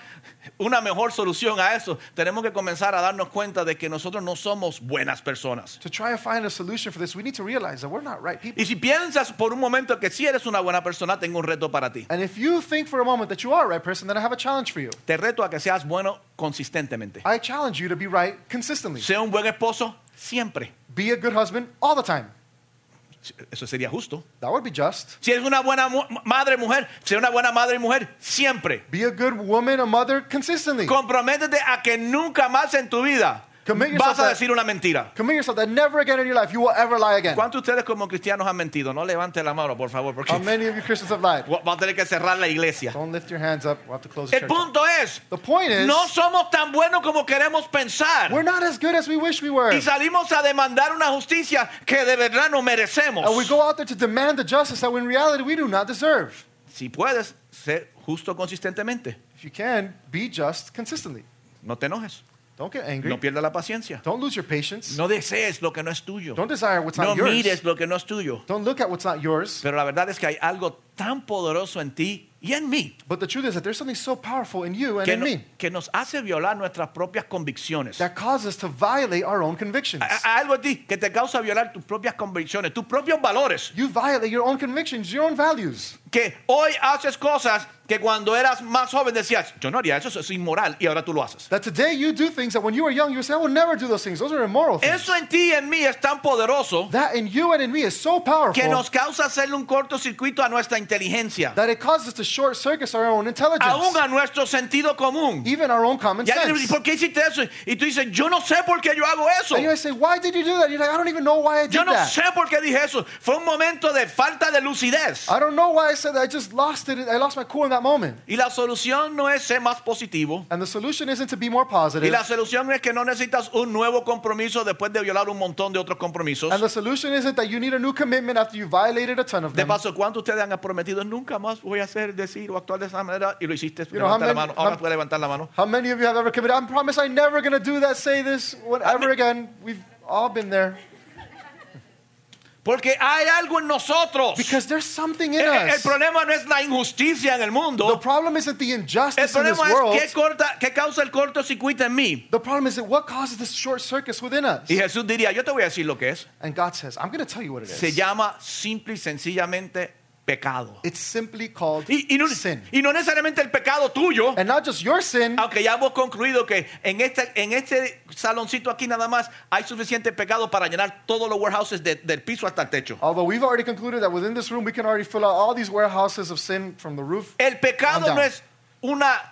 una mejor solución a eso, tenemos que comenzar a darnos cuenta de que nosotros no somos buenas personas.
To try to find a solution for this, we need to realize that we're not right people.
Y si piensas por un momento que si eres una buena persona, tengo un reto para ti.
And if you think for a moment that you are a right person, then I have a challenge for you.
Te reto a que seas bueno consistentemente.
I challenge you to be right consistently.
Sea un buen esposo siempre.
Be a good husband all the time.
Eso sería justo.
That would be just.
Si eres una buena mu- madre mujer, sea una buena madre y mujer siempre.
Be a good woman, a mother, consistently.
Comprométete a que nunca más en tu vida
Commit yourself
vas a
that-
decir una mentira.
Commit yourself that never again in your life you will ever lie again.
¿Cuántos de ustedes como cristianos han mentido? No levante la mano, por favor, porque
How many of you Christians have lied?
va a tener que cerrar la iglesia.
Don't lift your hands up. We'll have to close the
El
church.
punto es,
The point is,
no somos tan buenos como queremos pensar.
we're not as good as we wish we were.
Y salimos a demandar una justicia que de verdad no merecemos.
And we go out there to demand the justice that in reality we do not deserve.
Si puedes, sé justo consistentemente.
If you can, be just consistently.
No te enojes.
Don't get angry.
No pierdas la paciencia.
Don't lose your patience.
No desees lo que no es tuyo.
Don't desire what's
No
not yours.
mires lo que no es tuyo.
Don't look at what's not yours.
Pero la verdad es que hay algo tan poderoso en ti y en mí
But the truth is that there's something so powerful in you and
que,
in
no-
me
que nos hace violar nuestras propias convicciones.
that causes us to violate our own convictions.
A- a- algo en ti que te causa violar tus propias convicciones, tus propios valores.
You violate your own convictions, your own values.
Que hoy haces cosas que cuando eras más joven decías, yo no haría eso, eso es inmoral, y ahora tú lo haces.
That today you do things that when you were young you would say, I would never do those things. Those are immoral things.
Eso en ti y en mí es tan poderoso
that in you and in me is so powerful
que nos causa hacerle un cortocircuito a nuestra inteligencia,
that it causes us to short circuit our own intelligence,
aún a nuestro sentido común.
even our own common
Ya,
sense.
¿Por qué hiciste eso? Y tú dices, yo no sé por qué yo hago eso.
And you guys say, why did you do that? You're like, I don't even know why I did
Yo no
that.
sé por qué dije eso. Fue un momento de falta de lucidez.
I don't know why I said that. I just lost it. I lost my cool in that moment.
Y la solución no es ser más positivo.
And the solution isn't to be more positive.
Y la solución es que no necesitas un nuevo compromiso después de violar un montón de otros compromisos.
And the solution isn't that you need a new commitment after you violated a ton of
De
them.
paso, ¿cuántos de ustedes han prometido nunca más voy a hacer, decir o actuar de esa manera? Y lo hiciste.
know,
Levanta la
how
mano.
many-
Ahora
how-
puede levantar la mano.
How many of you have ever committed? I promise I'm never going to do that, say this, whatever again. We've all been there.
Porque hay algo en nosotros.
Because there's something in
El, el- el
us.
problema no es la injusticia en el
The
mundo.
problem isn't the
El
injustice in this
problema
world.
es qué, corta, qué causa el cortocircuito en mí.
The problem is that what causes this short circuit within us?
Y Jesús diría, yo te voy a decir lo que es.
And God says, I'm going to tell you what it
Se
is.
llama simple y sencillamente pecado.
It's simply called
Y, y no,
sin.
y no necesariamente el pecado tuyo,
And not just your sin,
aunque ya hemos concluido que en este, en este saloncito aquí nada más hay suficiente pecado para llenar todos los warehouses de- del piso hasta el techo.
although we've already concluded that within this room we can already fill out all these warehouses of sin from the roof.
El pecado
Calm down.
no es una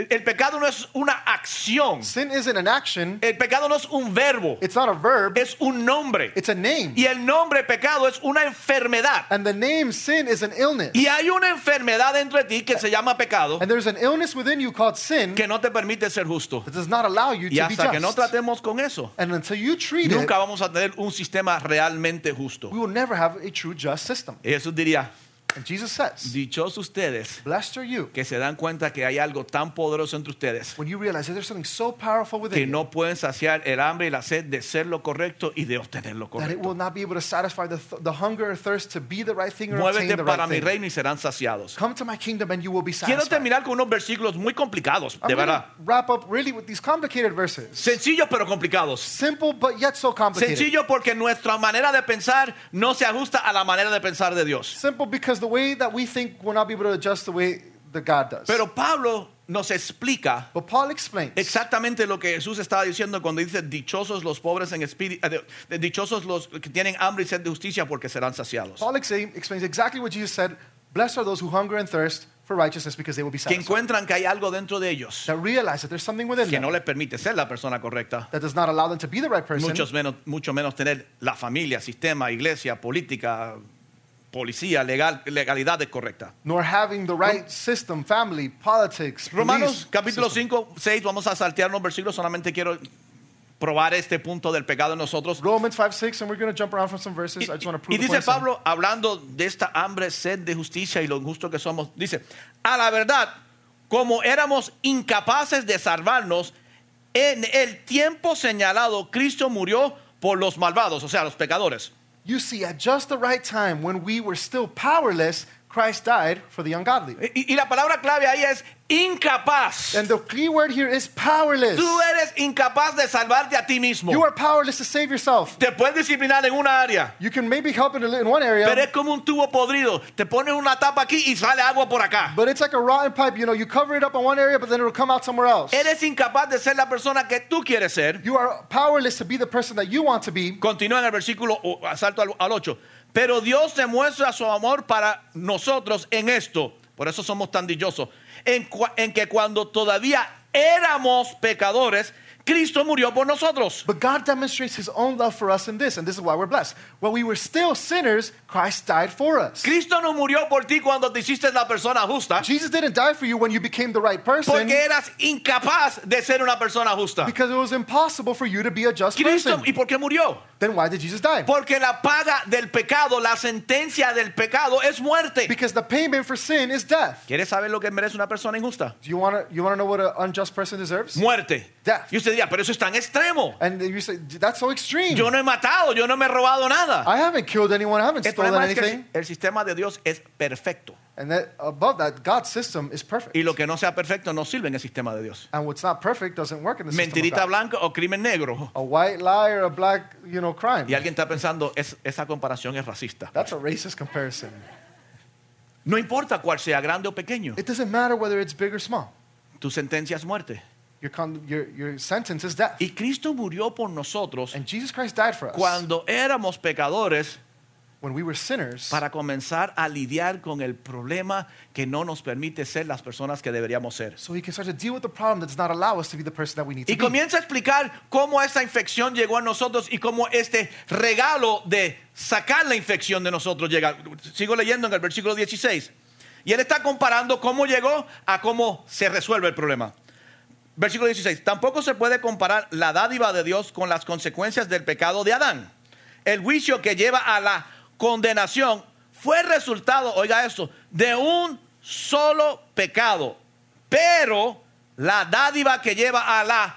El el pecado no es una acción.
Sin isn't an action,
El pecado no es un verbo.
it's not a verb,
Es un nombre.
it's a name.
Y el nombre pecado es una enfermedad.
And the name sin is an illness.
Y hay una enfermedad dentro de ti que se llama pecado
And there's an illness within you called sin
que no te permite ser justo.
that does not allow you
Y
to be
hasta que no
just.
tratemos con eso,
And until you treat it,
nunca vamos a tener un sistema realmente justo.
we will never have a true just system.
Y Jesús diría,
And Jesus says,
dichos ustedes
Blessed are you
que se dan cuenta que hay algo tan poderoso entre ustedes
when you realize that there's something so powerful within
que
you
no pueden saciar el hambre y la sed de ser lo correcto y de obtener lo
that it
correcto.
will not be able to satisfy the, th- the hunger or thirst to be the right thing or obtain
Muévete
the
para
right
mi
thing.
reino y serán saciados.
Come to my kingdom and you will be
Quiero
satisfied.
terminar con unos versículos muy complicados,
I'm
de
going to
verdad.
wrap up really with these complicated verses.
Sencillos pero complicados.
Simple but yet so complicated.
Sencillo porque nuestra manera de pensar no se ajusta a la manera de pensar de Dios.
Simple because the way that we think will not be able to adjust the way that God does.
Pero Pablo nos explica
but Paul explains
exactamente lo que Jesús estaba diciendo cuando dice dichosos los pobres en espíritu, eh, de- de- dichosos los que tienen hambre y sed de justicia porque serán saciados.
Paul ex- explains exactly what Jesus said. Blessed are those who hunger and thirst for righteousness because they will be
Que
satisfied.
encuentran que hay algo dentro de ellos
that realize that there's something within
que
them
no les permite ser la persona correcta.
that does not allow them to be the right person.
Muchos menos, mucho menos tener la familia, sistema, iglesia, política, policía, legal, legalidades correctas.
nor having the right system, family, politics,
Romanos
police
capítulo
system.
5, 6, vamos a saltear unos versículos, solamente quiero probar este punto del pecado en nosotros.
Romans 5, 6, and we're going to jump around from some verses. I just want to
Y, y
prove the
dice
point soon.
Pablo, hablando de esta hambre, sed de justicia y lo injusto que somos, dice, a la verdad, como éramos incapaces de salvarnos, en el tiempo señalado Cristo murió por los malvados, o sea, los pecadores.
You see, at just the right time, when we were still powerless, Christ died for the ungodly.
Y, y la palabra clave ahí es incapaz.
And the key word here is powerless.
Tú eres incapaz de salvarte a ti mismo.
You are powerless to save yourself.
Te puedes disciplinar en una área.
You can maybe help in, in one area,
Pero es como un tubo podrido. Te pones una tapa aquí y sale agua por acá.
but it's like a rotten pipe. You know, you cover it up in one area, but then it'll come out somewhere else.
Eres incapaz de ser la persona que tú quieres ser.
You are powerless to be the person that you want to be.
Continúa en el versículo, o, salto al, 8. Pero Dios demuestra su amor para nosotros en esto. Por eso somos tan dichosos. En, cua- en que cuando todavía éramos pecadores, Cristo murió por nosotros.
But God demonstrates His own love for us in this, and this is why we're blessed. While we were still sinners, Christ died for us.
Cristo no murió por ti cuando te hiciste la persona justa.
Jesus didn't die for you when you became the right person
Porque eras incapaz de ser una persona justa.
because it was impossible for you to be a just
Cristo,
person.
¿y por qué murió?
Then why did Jesus die?
Porque la paga del pecado, la sentencia del pecado es muerte.
Because the payment for sin is death.
¿Quieres saber lo que merece una persona injusta?
Do you want to you wanna know what an unjust person deserves?
Muerte.
Death.
Y usted diría, pero eso es tan extremo.
And you say, that's so extreme.
Yo no he matado, yo no me he robado nada.
I haven't killed anyone. I haven't
El
stolen
problema es que
anything.
el, el sistema de Dios es perfecto.
And that above that, God's system is perfect.
Y lo que no sea perfecto no sirve en el sistema de Dios.
And what's not perfect doesn't work in the system. Of
Mentirita
God.
blanca o crimen negro.
A white lie or a black, you know, crime.
Y alguien está pensando, "Es- esa comparación es racista.
That's a racist comparison.
No importa cuál sea, grande o pequeño,
It doesn't matter whether it's big or small.
tu sentencia es muerte.
Your, con- your, your sentence is death.
Y Cristo murió por nosotros
And Jesus Christ died for us
cuando éramos pecadores
when we were sinners
para comenzar a lidiar con el problema que no nos permite ser las personas que deberíamos ser.
so he can start to deal with the problem that does not allow us to be the person that we need to
Y
be.
comienza a explicar cómo esta infección llegó a nosotros y cómo este regalo de sacar la infección de nosotros llega. Sigo leyendo en el versículo 16. Y él está comparando cómo llegó a cómo se resuelve el problema. Versículo 16. Tampoco se puede comparar la dádiva de Dios con las consecuencias del pecado de Adán. El juicio que lleva a la condenación fue resultado, oiga esto, de un solo pecado. Pero la dádiva que lleva a la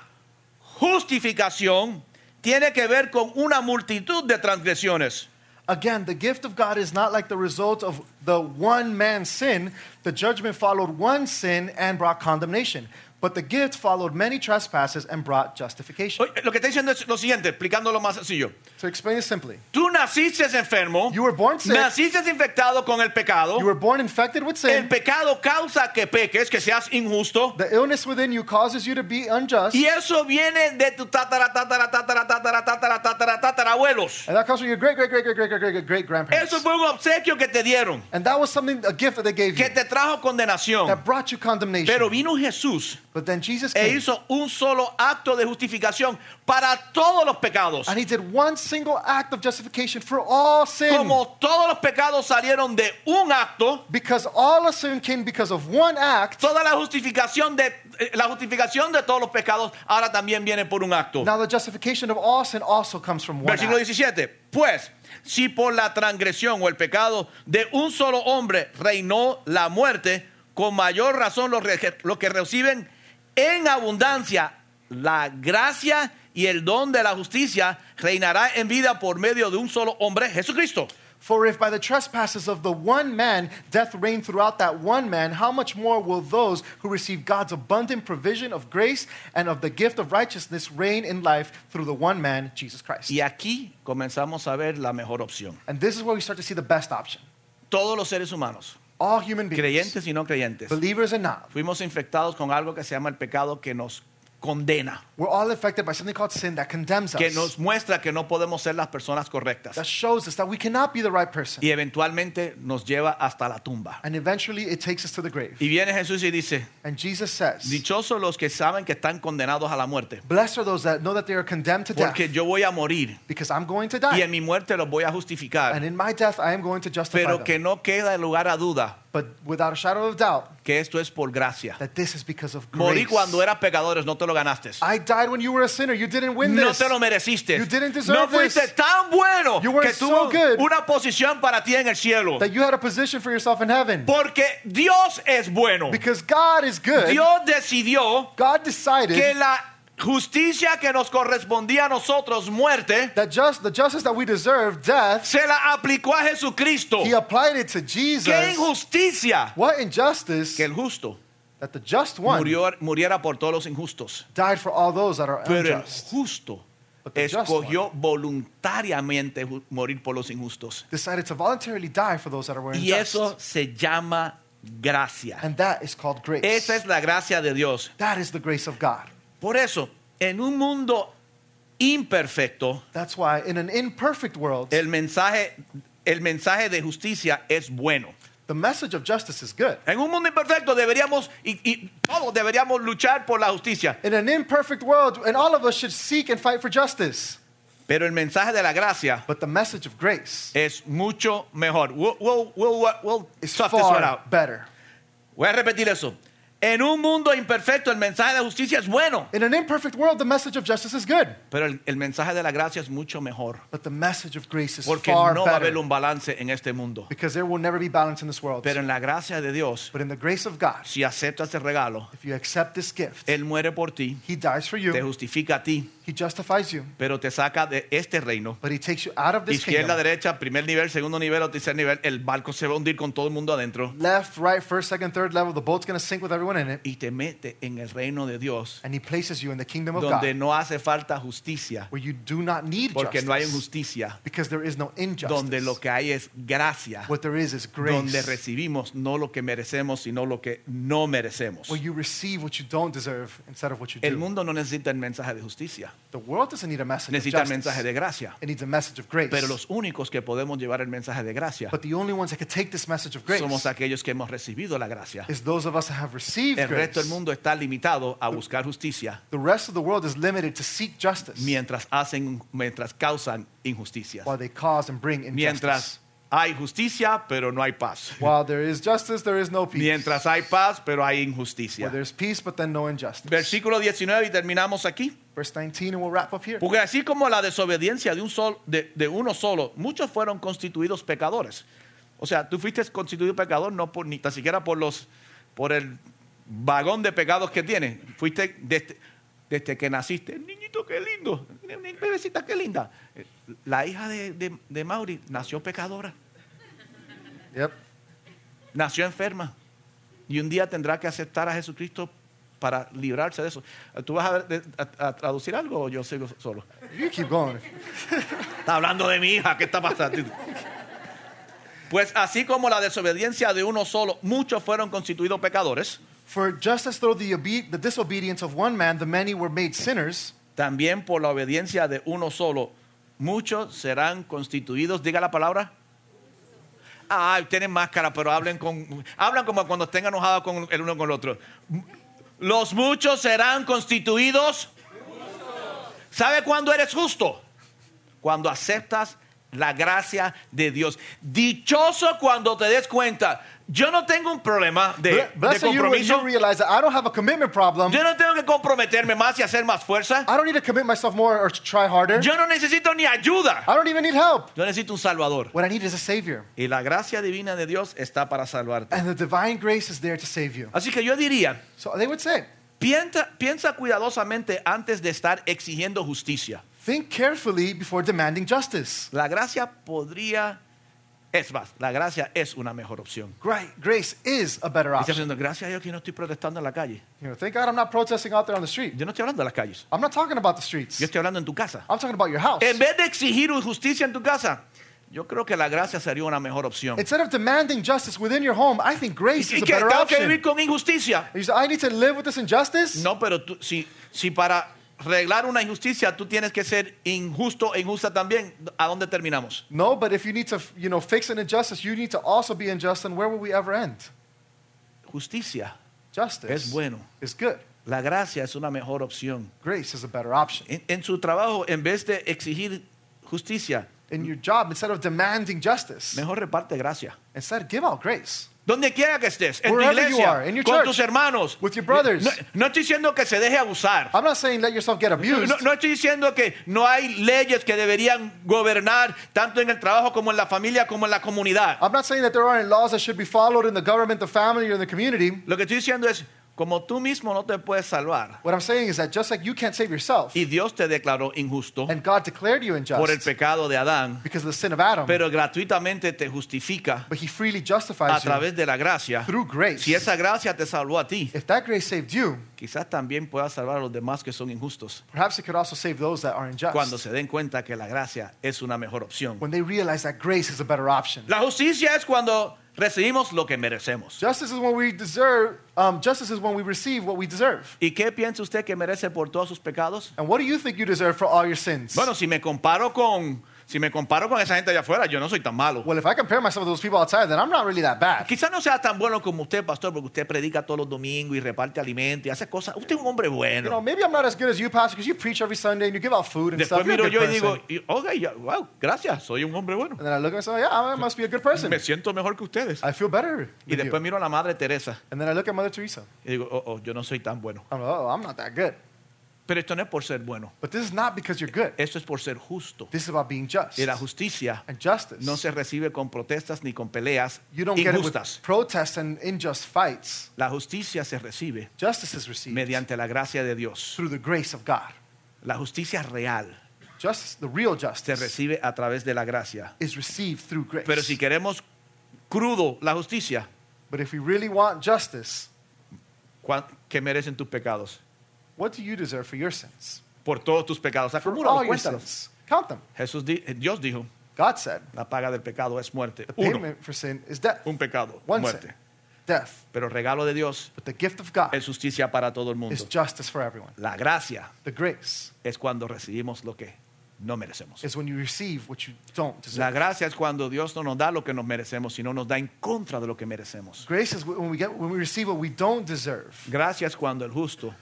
justificación tiene que ver con una multitud de transgresiones.
Again, the gift of God is not like the result of the one man's sin. The judgment followed one sin and brought condemnation. But the gift followed many trespasses and brought justification.
Oye, Lo que está diciendo es lo siguiente, explicándolo más sencillo.
To explain it simply,
Tú naciste enfermo,
You were born sick.
naciste infectado con el pecado.
you were born infected with
El
*laughs* sin.
pecado causa que peques, que seas injusto.
The illness within you causes you to be unjust.
Y eso viene de tu tatara, tatara, tatara, tatara, tatara, tatara, tatarabuelos.
And that comes from your great, great, great, great, great, great, great, great, great grandparents.
Eso fue un obsequio que te dieron,
And that was something, a gift that they gave you
que te trajo condenación.
that brought you condemnation.
Pero vino Jesús
But then
e
Jesus came
hizo un solo acto de justificación para todos los pecados.
and he did one single act of justification for all sin.
Como todos los pecados salieron de un acto,
Because all of sin came because of one act.
toda la justificación de eh, la justificación de todos los pecados ahora también viene por un acto.
Now the justification of all sin also comes from one
Versículo
act.
17. Pues, si por la transgresión o el pecado de un solo hombre reinó la muerte, con mayor razón los, re- los que reciben en abundancia la gracia y el don de la justicia reinará en vida por medio de un solo hombre, Jesucristo.
For if by the trespasses of the one man death reigned throughout that one man, how much more will those who receive God's abundant provision of grace and of the gift of righteousness reign in life through the one man, Jesus Christ?
Y aquí comenzamos a ver la mejor opción.
And this is where we start to see the best option.
Todos los seres humanos,
All human beings,
creyentes y no creyentes,
believers and not,
fuimos infectados con algo que se llama el pecado que nos condena,
we're all affected by something called sin that condemns
que
us,
nos muestra que no podemos ser las personas correctas.
that shows us that we cannot be the right person.
y eventualmente nos lleva hasta la tumba.
And eventually it takes us to the grave.
Y viene Jesús y dice,
And Jesus says,
dichosos los que saben que están condenados a la muerte,
Blessed are those that know that they are condemned to death
porque yo voy a morir
because I'm going to
y en
die.
mi muerte los voy a
And
justificar,
in my death, I am going to justify
pero
them.
que no queda lugar a duda
But without a shadow of doubt,
que esto es por gracia.
that this is because of
Morí
grace.
cuando eras pecadores, no te lo ganaste.
I died when you were a sinner. You didn't win
No
this.
te lo mereciste.
You didn't deserve
No fuiste
this.
tan bueno
You weren't
que tuvo
so good.
una posición para ti en el cielo.
That you had a position for yourself in heaven.
Porque Dios es bueno.
Because God is good.
Dios decidió
God decided
que la justicia que nos correspondía a nosotros, muerte,
that just the justice that we deserve, death,
se la aplicó a Jesucristo.
He applied it to Jesus.
¡Qué injusticia!
What injustice
Que el justo
that the just one
murió, muriera por todos los injustos.
died for all those that are
Pero el
unjust.
justo
But the just
escogió voluntariamente ju- morir por los injustos.
Decided to voluntarily die for those that are
Y
unjust.
eso se llama gracia.
And that is called grace.
Esa es la gracia de Dios.
That is the grace of God.
Por eso, en un mundo imperfecto,
That's why in an imperfect world,
el mensaje, el mensaje de justicia es bueno.
the message of justice is good.
En un mundo imperfecto deberíamos, y, y todos deberíamos luchar por la justicia.
In an imperfect world, and all of us should seek and fight for justice.
Pero el mensaje de la gracia
But the message of grace
es mucho mejor. We'll, we'll- we'll- we'll
is
tough Eh, this one
far
out.
better.
Voy a repetir eso. En un mundo imperfecto el mensaje de la justicia es bueno,
In an imperfect world, the message of justice is good.
pero el, el mensaje de la gracia es mucho mejor.
But the message of grace is
Porque
far
no va a
better.
haber un balance en este mundo.
Because there will never be balance in this world.
Pero en la gracia de Dios,
but in the grace of God,
si aceptas el regalo,
if you accept this gift,
Él muere por ti,
He dies for you,
te justifica a ti,
He justifies you,
pero te saca de este reino
but He takes you out of this
Izquierda,
kingdom.
derecha, primer nivel, segundo nivel o tercer nivel, el barco se va a hundir con todo el mundo adentro
Left, right, first, second, third level, the boat's going to sink with everyone in it.
y te mete en el reino de Dios,
And He places you in the kingdom of
donde
God,
no hace falta justicia,
where you do not need
porque
justice.
no hay injusticia,
because there is no injustice.
donde lo que hay es gracia,
what there is is grace.
donde recibimos no lo que merecemos, sino lo que no merecemos.
where you receive what you don't deserve instead of what you
El
do.
mundo no necesita el mensaje de justicia,
the world doesn't need a message of
necesita el
justice.
mensaje de gracia,
It needs a message of grace.
pero los únicos que podemos llevar el mensaje de gracia
but the only ones that can take this message of grace
somos aquellos que hemos recibido la gracia.
is those of us that have received
El
grace.
resto del mundo está limitado a buscar justicia.
the rest of the world is limited to seek justice
mientras hacen, mientras causan injusticias.
while they cause and bring injustice.
Mientras hay justicia, pero no hay paz.
while there is justice, there is no peace.
Mientras hay paz, pero hay
where
injusticia.
there's peace, but then no injustice.
Versículo 19 y terminamos aquí.
Verse 19, and we'll wrap up here.
Porque así como la desobediencia de, un sol, de, de uno solo, muchos fueron constituidos pecadores. O sea, tú fuiste constituido pecador no por, ni tan siquiera por, los, por el vagón de pecados que tienes. Fuiste desde, desde que naciste. Niñito, qué lindo. Mira, Bebecita, qué linda. La hija de, de, de Mauri nació pecadora,
Yep.
nació enferma. Y un día tendrá que aceptar a Jesucristo para librarse de eso. ¿Tú vas a, ver- a- a traducir algo o yo sigo solo?
You keep going.
Está hablando de mi hija, ¿qué está pasando? Pues así como la desobediencia de uno solo, muchos fueron constituidos pecadores,
For just as though the, obe- the disobedience of one man, the many were made sinners,
también por la obediencia de uno solo, muchos serán constituidos, diga la palabra. Ay, tienen máscara, pero hablen con, hablan como cuando estén enojados con el uno con el otro. Los muchos serán constituidos. ¿Sabe cuándo eres justo? Cuando aceptas la gracia de Dios. Dichoso cuando te des cuenta. Yo no tengo un problema de,
Ble-
de
Blessed are you when
compromiso.
you realize that I don't have a commitment problem.
Yo no tengo que comprometerme más y hacer más fuerza.
I don't need to commit myself more or to try harder.
Yo no necesito ni ayuda.
I don't even need help.
Yo necesito un salvador.
What I need is a Savior.
Y la gracia divina de Dios está para salvarte.
And the divine grace is there to save you.
Así que yo diría,
So they would say,
piensa, piensa cuidadosamente antes de estar exigiendo justicia.
think carefully before demanding justice.
La gracia podría, es más, la gracia es una mejor opción.
Gra- Grace is a better
Y estás
option.
diciendo, gracias a Dios que no estoy protestando en la calle.
You know, thank God I'm not protesting out there on the street.
Yo no estoy hablando de las calles.
I'm not talking about the streets.
Yo estoy hablando en tu casa.
I'm talking about your house.
En vez de exigir justicia en tu casa, yo creo que la gracia sería una mejor opción.
Instead of demanding justice within your home, I think grace
Y
is a
que
better
tengo que vivir
option.
con injusticia.
You say, I need to live with this injustice?
No, pero tú- si, si para arreglar una injusticia tú tienes que ser injusto e injusta también, ¿a dónde terminamos?
No, but if you need to, you know, fix an injustice, you need to also be unjust, and where will we ever end?
Justicia
Justice
es bueno.
is good.
La gracia es una mejor opción.
Grace is a better option.
En, en su trabajo, en vez de exigir justicia,
In your job, instead of demanding justice,
mejor reparte gracia.
instead give out grace.
Donde quiera que estés, en tu
Wherever you
iglesia,
are, in your
con
church,
tus hermanos,
with your brothers.
No, no estoy diciendo que se deje abusar.
I'm not saying let yourself get
No,
abused.
no- no estoy diciendo que no hay leyes que deberían gobernar tanto en el trabajo como en la familia como en la comunidad.
I'm not saying that there aren't laws that should be followed in the government, the family, or in the community.
Lo que estoy diciendo es, como tú mismo no te puedes salvar
What I'm saying is that just like you can't save yourself,
y Dios te declaró injusto
and God declared you
por el
unjust
pecado de Adán,
because of the sin of Adam,
pero gratuitamente te justifica
but He freely
a
justifies you
través de la gracia.
through grace.
Si esa gracia te salvó a ti,
If that grace saved you,
quizás también puedas salvar a los demás que son injustos
perhaps it could also save those that are unjust
cuando se den cuenta que la gracia es una mejor opción.
when they realize that grace is a better option.
La justicia es cuando recibimos lo que merecemos.
Justice is when we deserve. Um, justice is when we receive what we deserve.
¿Y qué piensa usted que merece por todos sus pecados?
And what do you think you deserve for all your sins?
Bueno, si me comparo con si me comparo con esa gente allá afuera, yo no soy tan malo.
well, if I compare myself to those people outside, then I'm not really that bad.
Quizás no sea tan bueno como usted, pastor, porque usted predica todos los domingos y reparte alimento y hace cosas. Usted es un hombre
You know,
bueno.
maybe I'm not as good as you, pastor, because you preach every Sunday and you give out food and
Después
stuff. You're a
miro
good
yo y
person.
digo, y- ok, ya, wow, gracias, soy un hombre bueno.
and then I look at myself, yeah, I must be a good person.
Me siento mejor que ustedes.
I feel better.
Y
with you.
después miro a la madre Teresa
And then I look at Mother Teresa.
y digo, oh, oh, yo no soy tan bueno.
I'm like, oh, I'm not that good.
Pero esto no es por ser bueno,
But this is not because you're good.
esto es por ser justo.
This is about being just.
Y la justicia
and justice.
no se recibe con protestas ni con peleas
you don't get it with
injustas.
protests and unjust fights.
La justicia se recibe
Justice is received
mediante la gracia de Dios.
through the grace of God.
La justicia real
Justice, the real
se
justice,
recibe a través de la gracia.
is received through grace.
Pero si queremos crudo la justicia,
but if we really want justice,
¿cuán- ¿qué merecen tus pecados?
what do you deserve for your sins?
Por todos tus pecados.
For
Acumúlalos,
all your
cuéntalos.
sins. Count them.
Jesús di- eh, Dios dijo,
God said,
la paga del pecado es muerte.
the
Uno,
payment for sin is death.
un pecado,
One sin.
muerte.
Death.
Pero el regalo de Dios
But the gift of God
es justicia para todo el
is
mundo.
justice for everyone.
La gracia
The grace
es cuando recibimos lo que no merecemos.
is when you receive what you don't deserve.
La gracia es cuando Dios no nos da lo que nos merecemos, sino nos da en contra de lo que merecemos.
Grace is when we get when we receive what we don't deserve.
Gracia es cuando el justo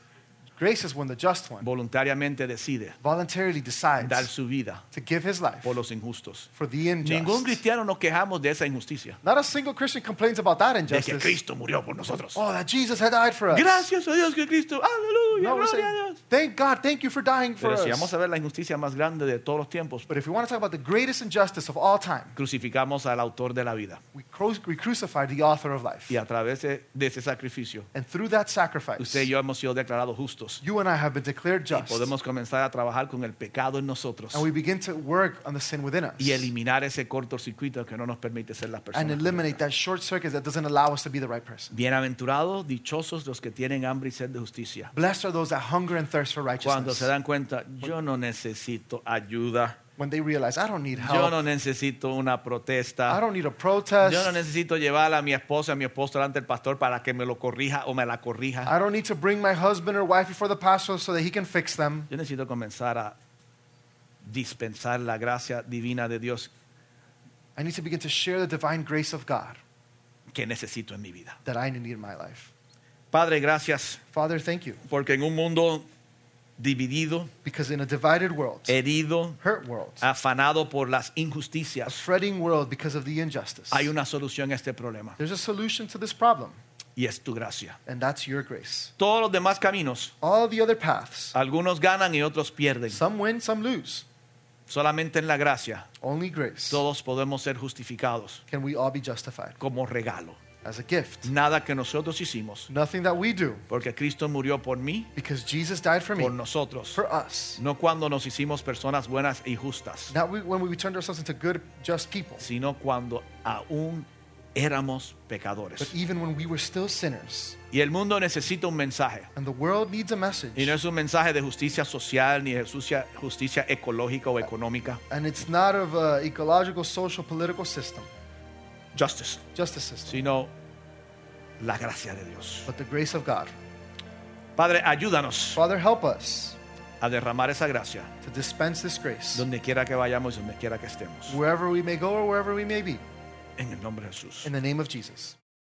Grace is when the just one
voluntariamente decide
voluntarily
dar
decides
su vida
to give his life
por los injustos.
for the unjust.
Ningún cristiano nos quejamos de esa injusticia.
Not a single Christian complains about that
De que
injustice.
Cristo murió por nosotros.
Oh, that Jesus had died for us.
Gracias a Dios que Cristo. Aleluya,
No,
gloria
we're
a
saying,
Dios.
thank God, thank you for dying for
Pero si vamos
us.
a ver la injusticia más grande de todos los tiempos,
But if we want to talk about the greatest injustice of all time,
crucificamos al autor de la vida.
we, cru- we crucified the author of life.
Y a través de de ese sacrificio,
And through that sacrifice,
usted y yo hemos sido declarados justos.
you and I have been declared
Y
just.
podemos comenzar a trabajar con el pecado en nosotros.
And we begin to work on the sin within us
y eliminar ese cortocircuito que no nos permite ser las personas.
and eliminate
correctas.
that short circuit that doesn't allow us to be the right person.
Bienaventurados, dichosos los que tienen hambre y sed de justicia.
Blessed are those that hunger and thirst for
Cuando
righteousness.
se dan cuenta, yo no necesito ayuda,
When they realize, I don't need
yo
help,
no necesito una
I
protesta,
don't need a protest,
yo no necesito llevar a mi esposa, a mi esposo delante del pastor para que me lo corrija o me la corrija.
I don't need to bring my husband or wife before the pastor so that he can fix them.
Yo necesito comenzar a dispensar la gracia divina de Dios
I need to begin to share the divine grace of God
que necesito en mi vida.
that I need in my life.
Padre, gracias
Father, thank you.
porque en un mundo dividido,
Because in a divided world,
Eh. herido,
hurt world,
Ah. afanado por las
a
injusticias,
fretting world because of the injustice,
hay una solución a este problema
there's a solution to this problem,
y es tu gracia.
and that's your grace.
Todos los demás caminos,
All the other paths,
algunos ganan y otros pierden.
some win, some lose.
Solamente en la gracia
Only grace
todos podemos ser justificados
can we all be justified
como regalo.
as a gift.
Nada que nosotros hicimos,
Nothing that we do,
porque Cristo murió por mí,
because Jesus died for me,
por nosotros,
for us.
no cuando nos hicimos personas buenas y justas,
Not we, when we turned ourselves into good, just people,
sino cuando aún éramos
but
pecadores.
even when we were still sinners.
Y el mundo necesita un mensaje.
And the world needs a message.
Y no es un mensaje de justicia social ni de justicia, justicia ecológica o económica.
and it's not of a ecological, social, political system,
Justice.
justice system,
Sino la gracia de Dios.
but the grace of God.
Padre, ayúdanos
Father, help us
a derramar esa gracia
to dispense this grace
donde quiera que vayamos y donde quiera que estemos.
wherever we may go or wherever we may be.
En el nombre de Jesús.
In the name of Jesus.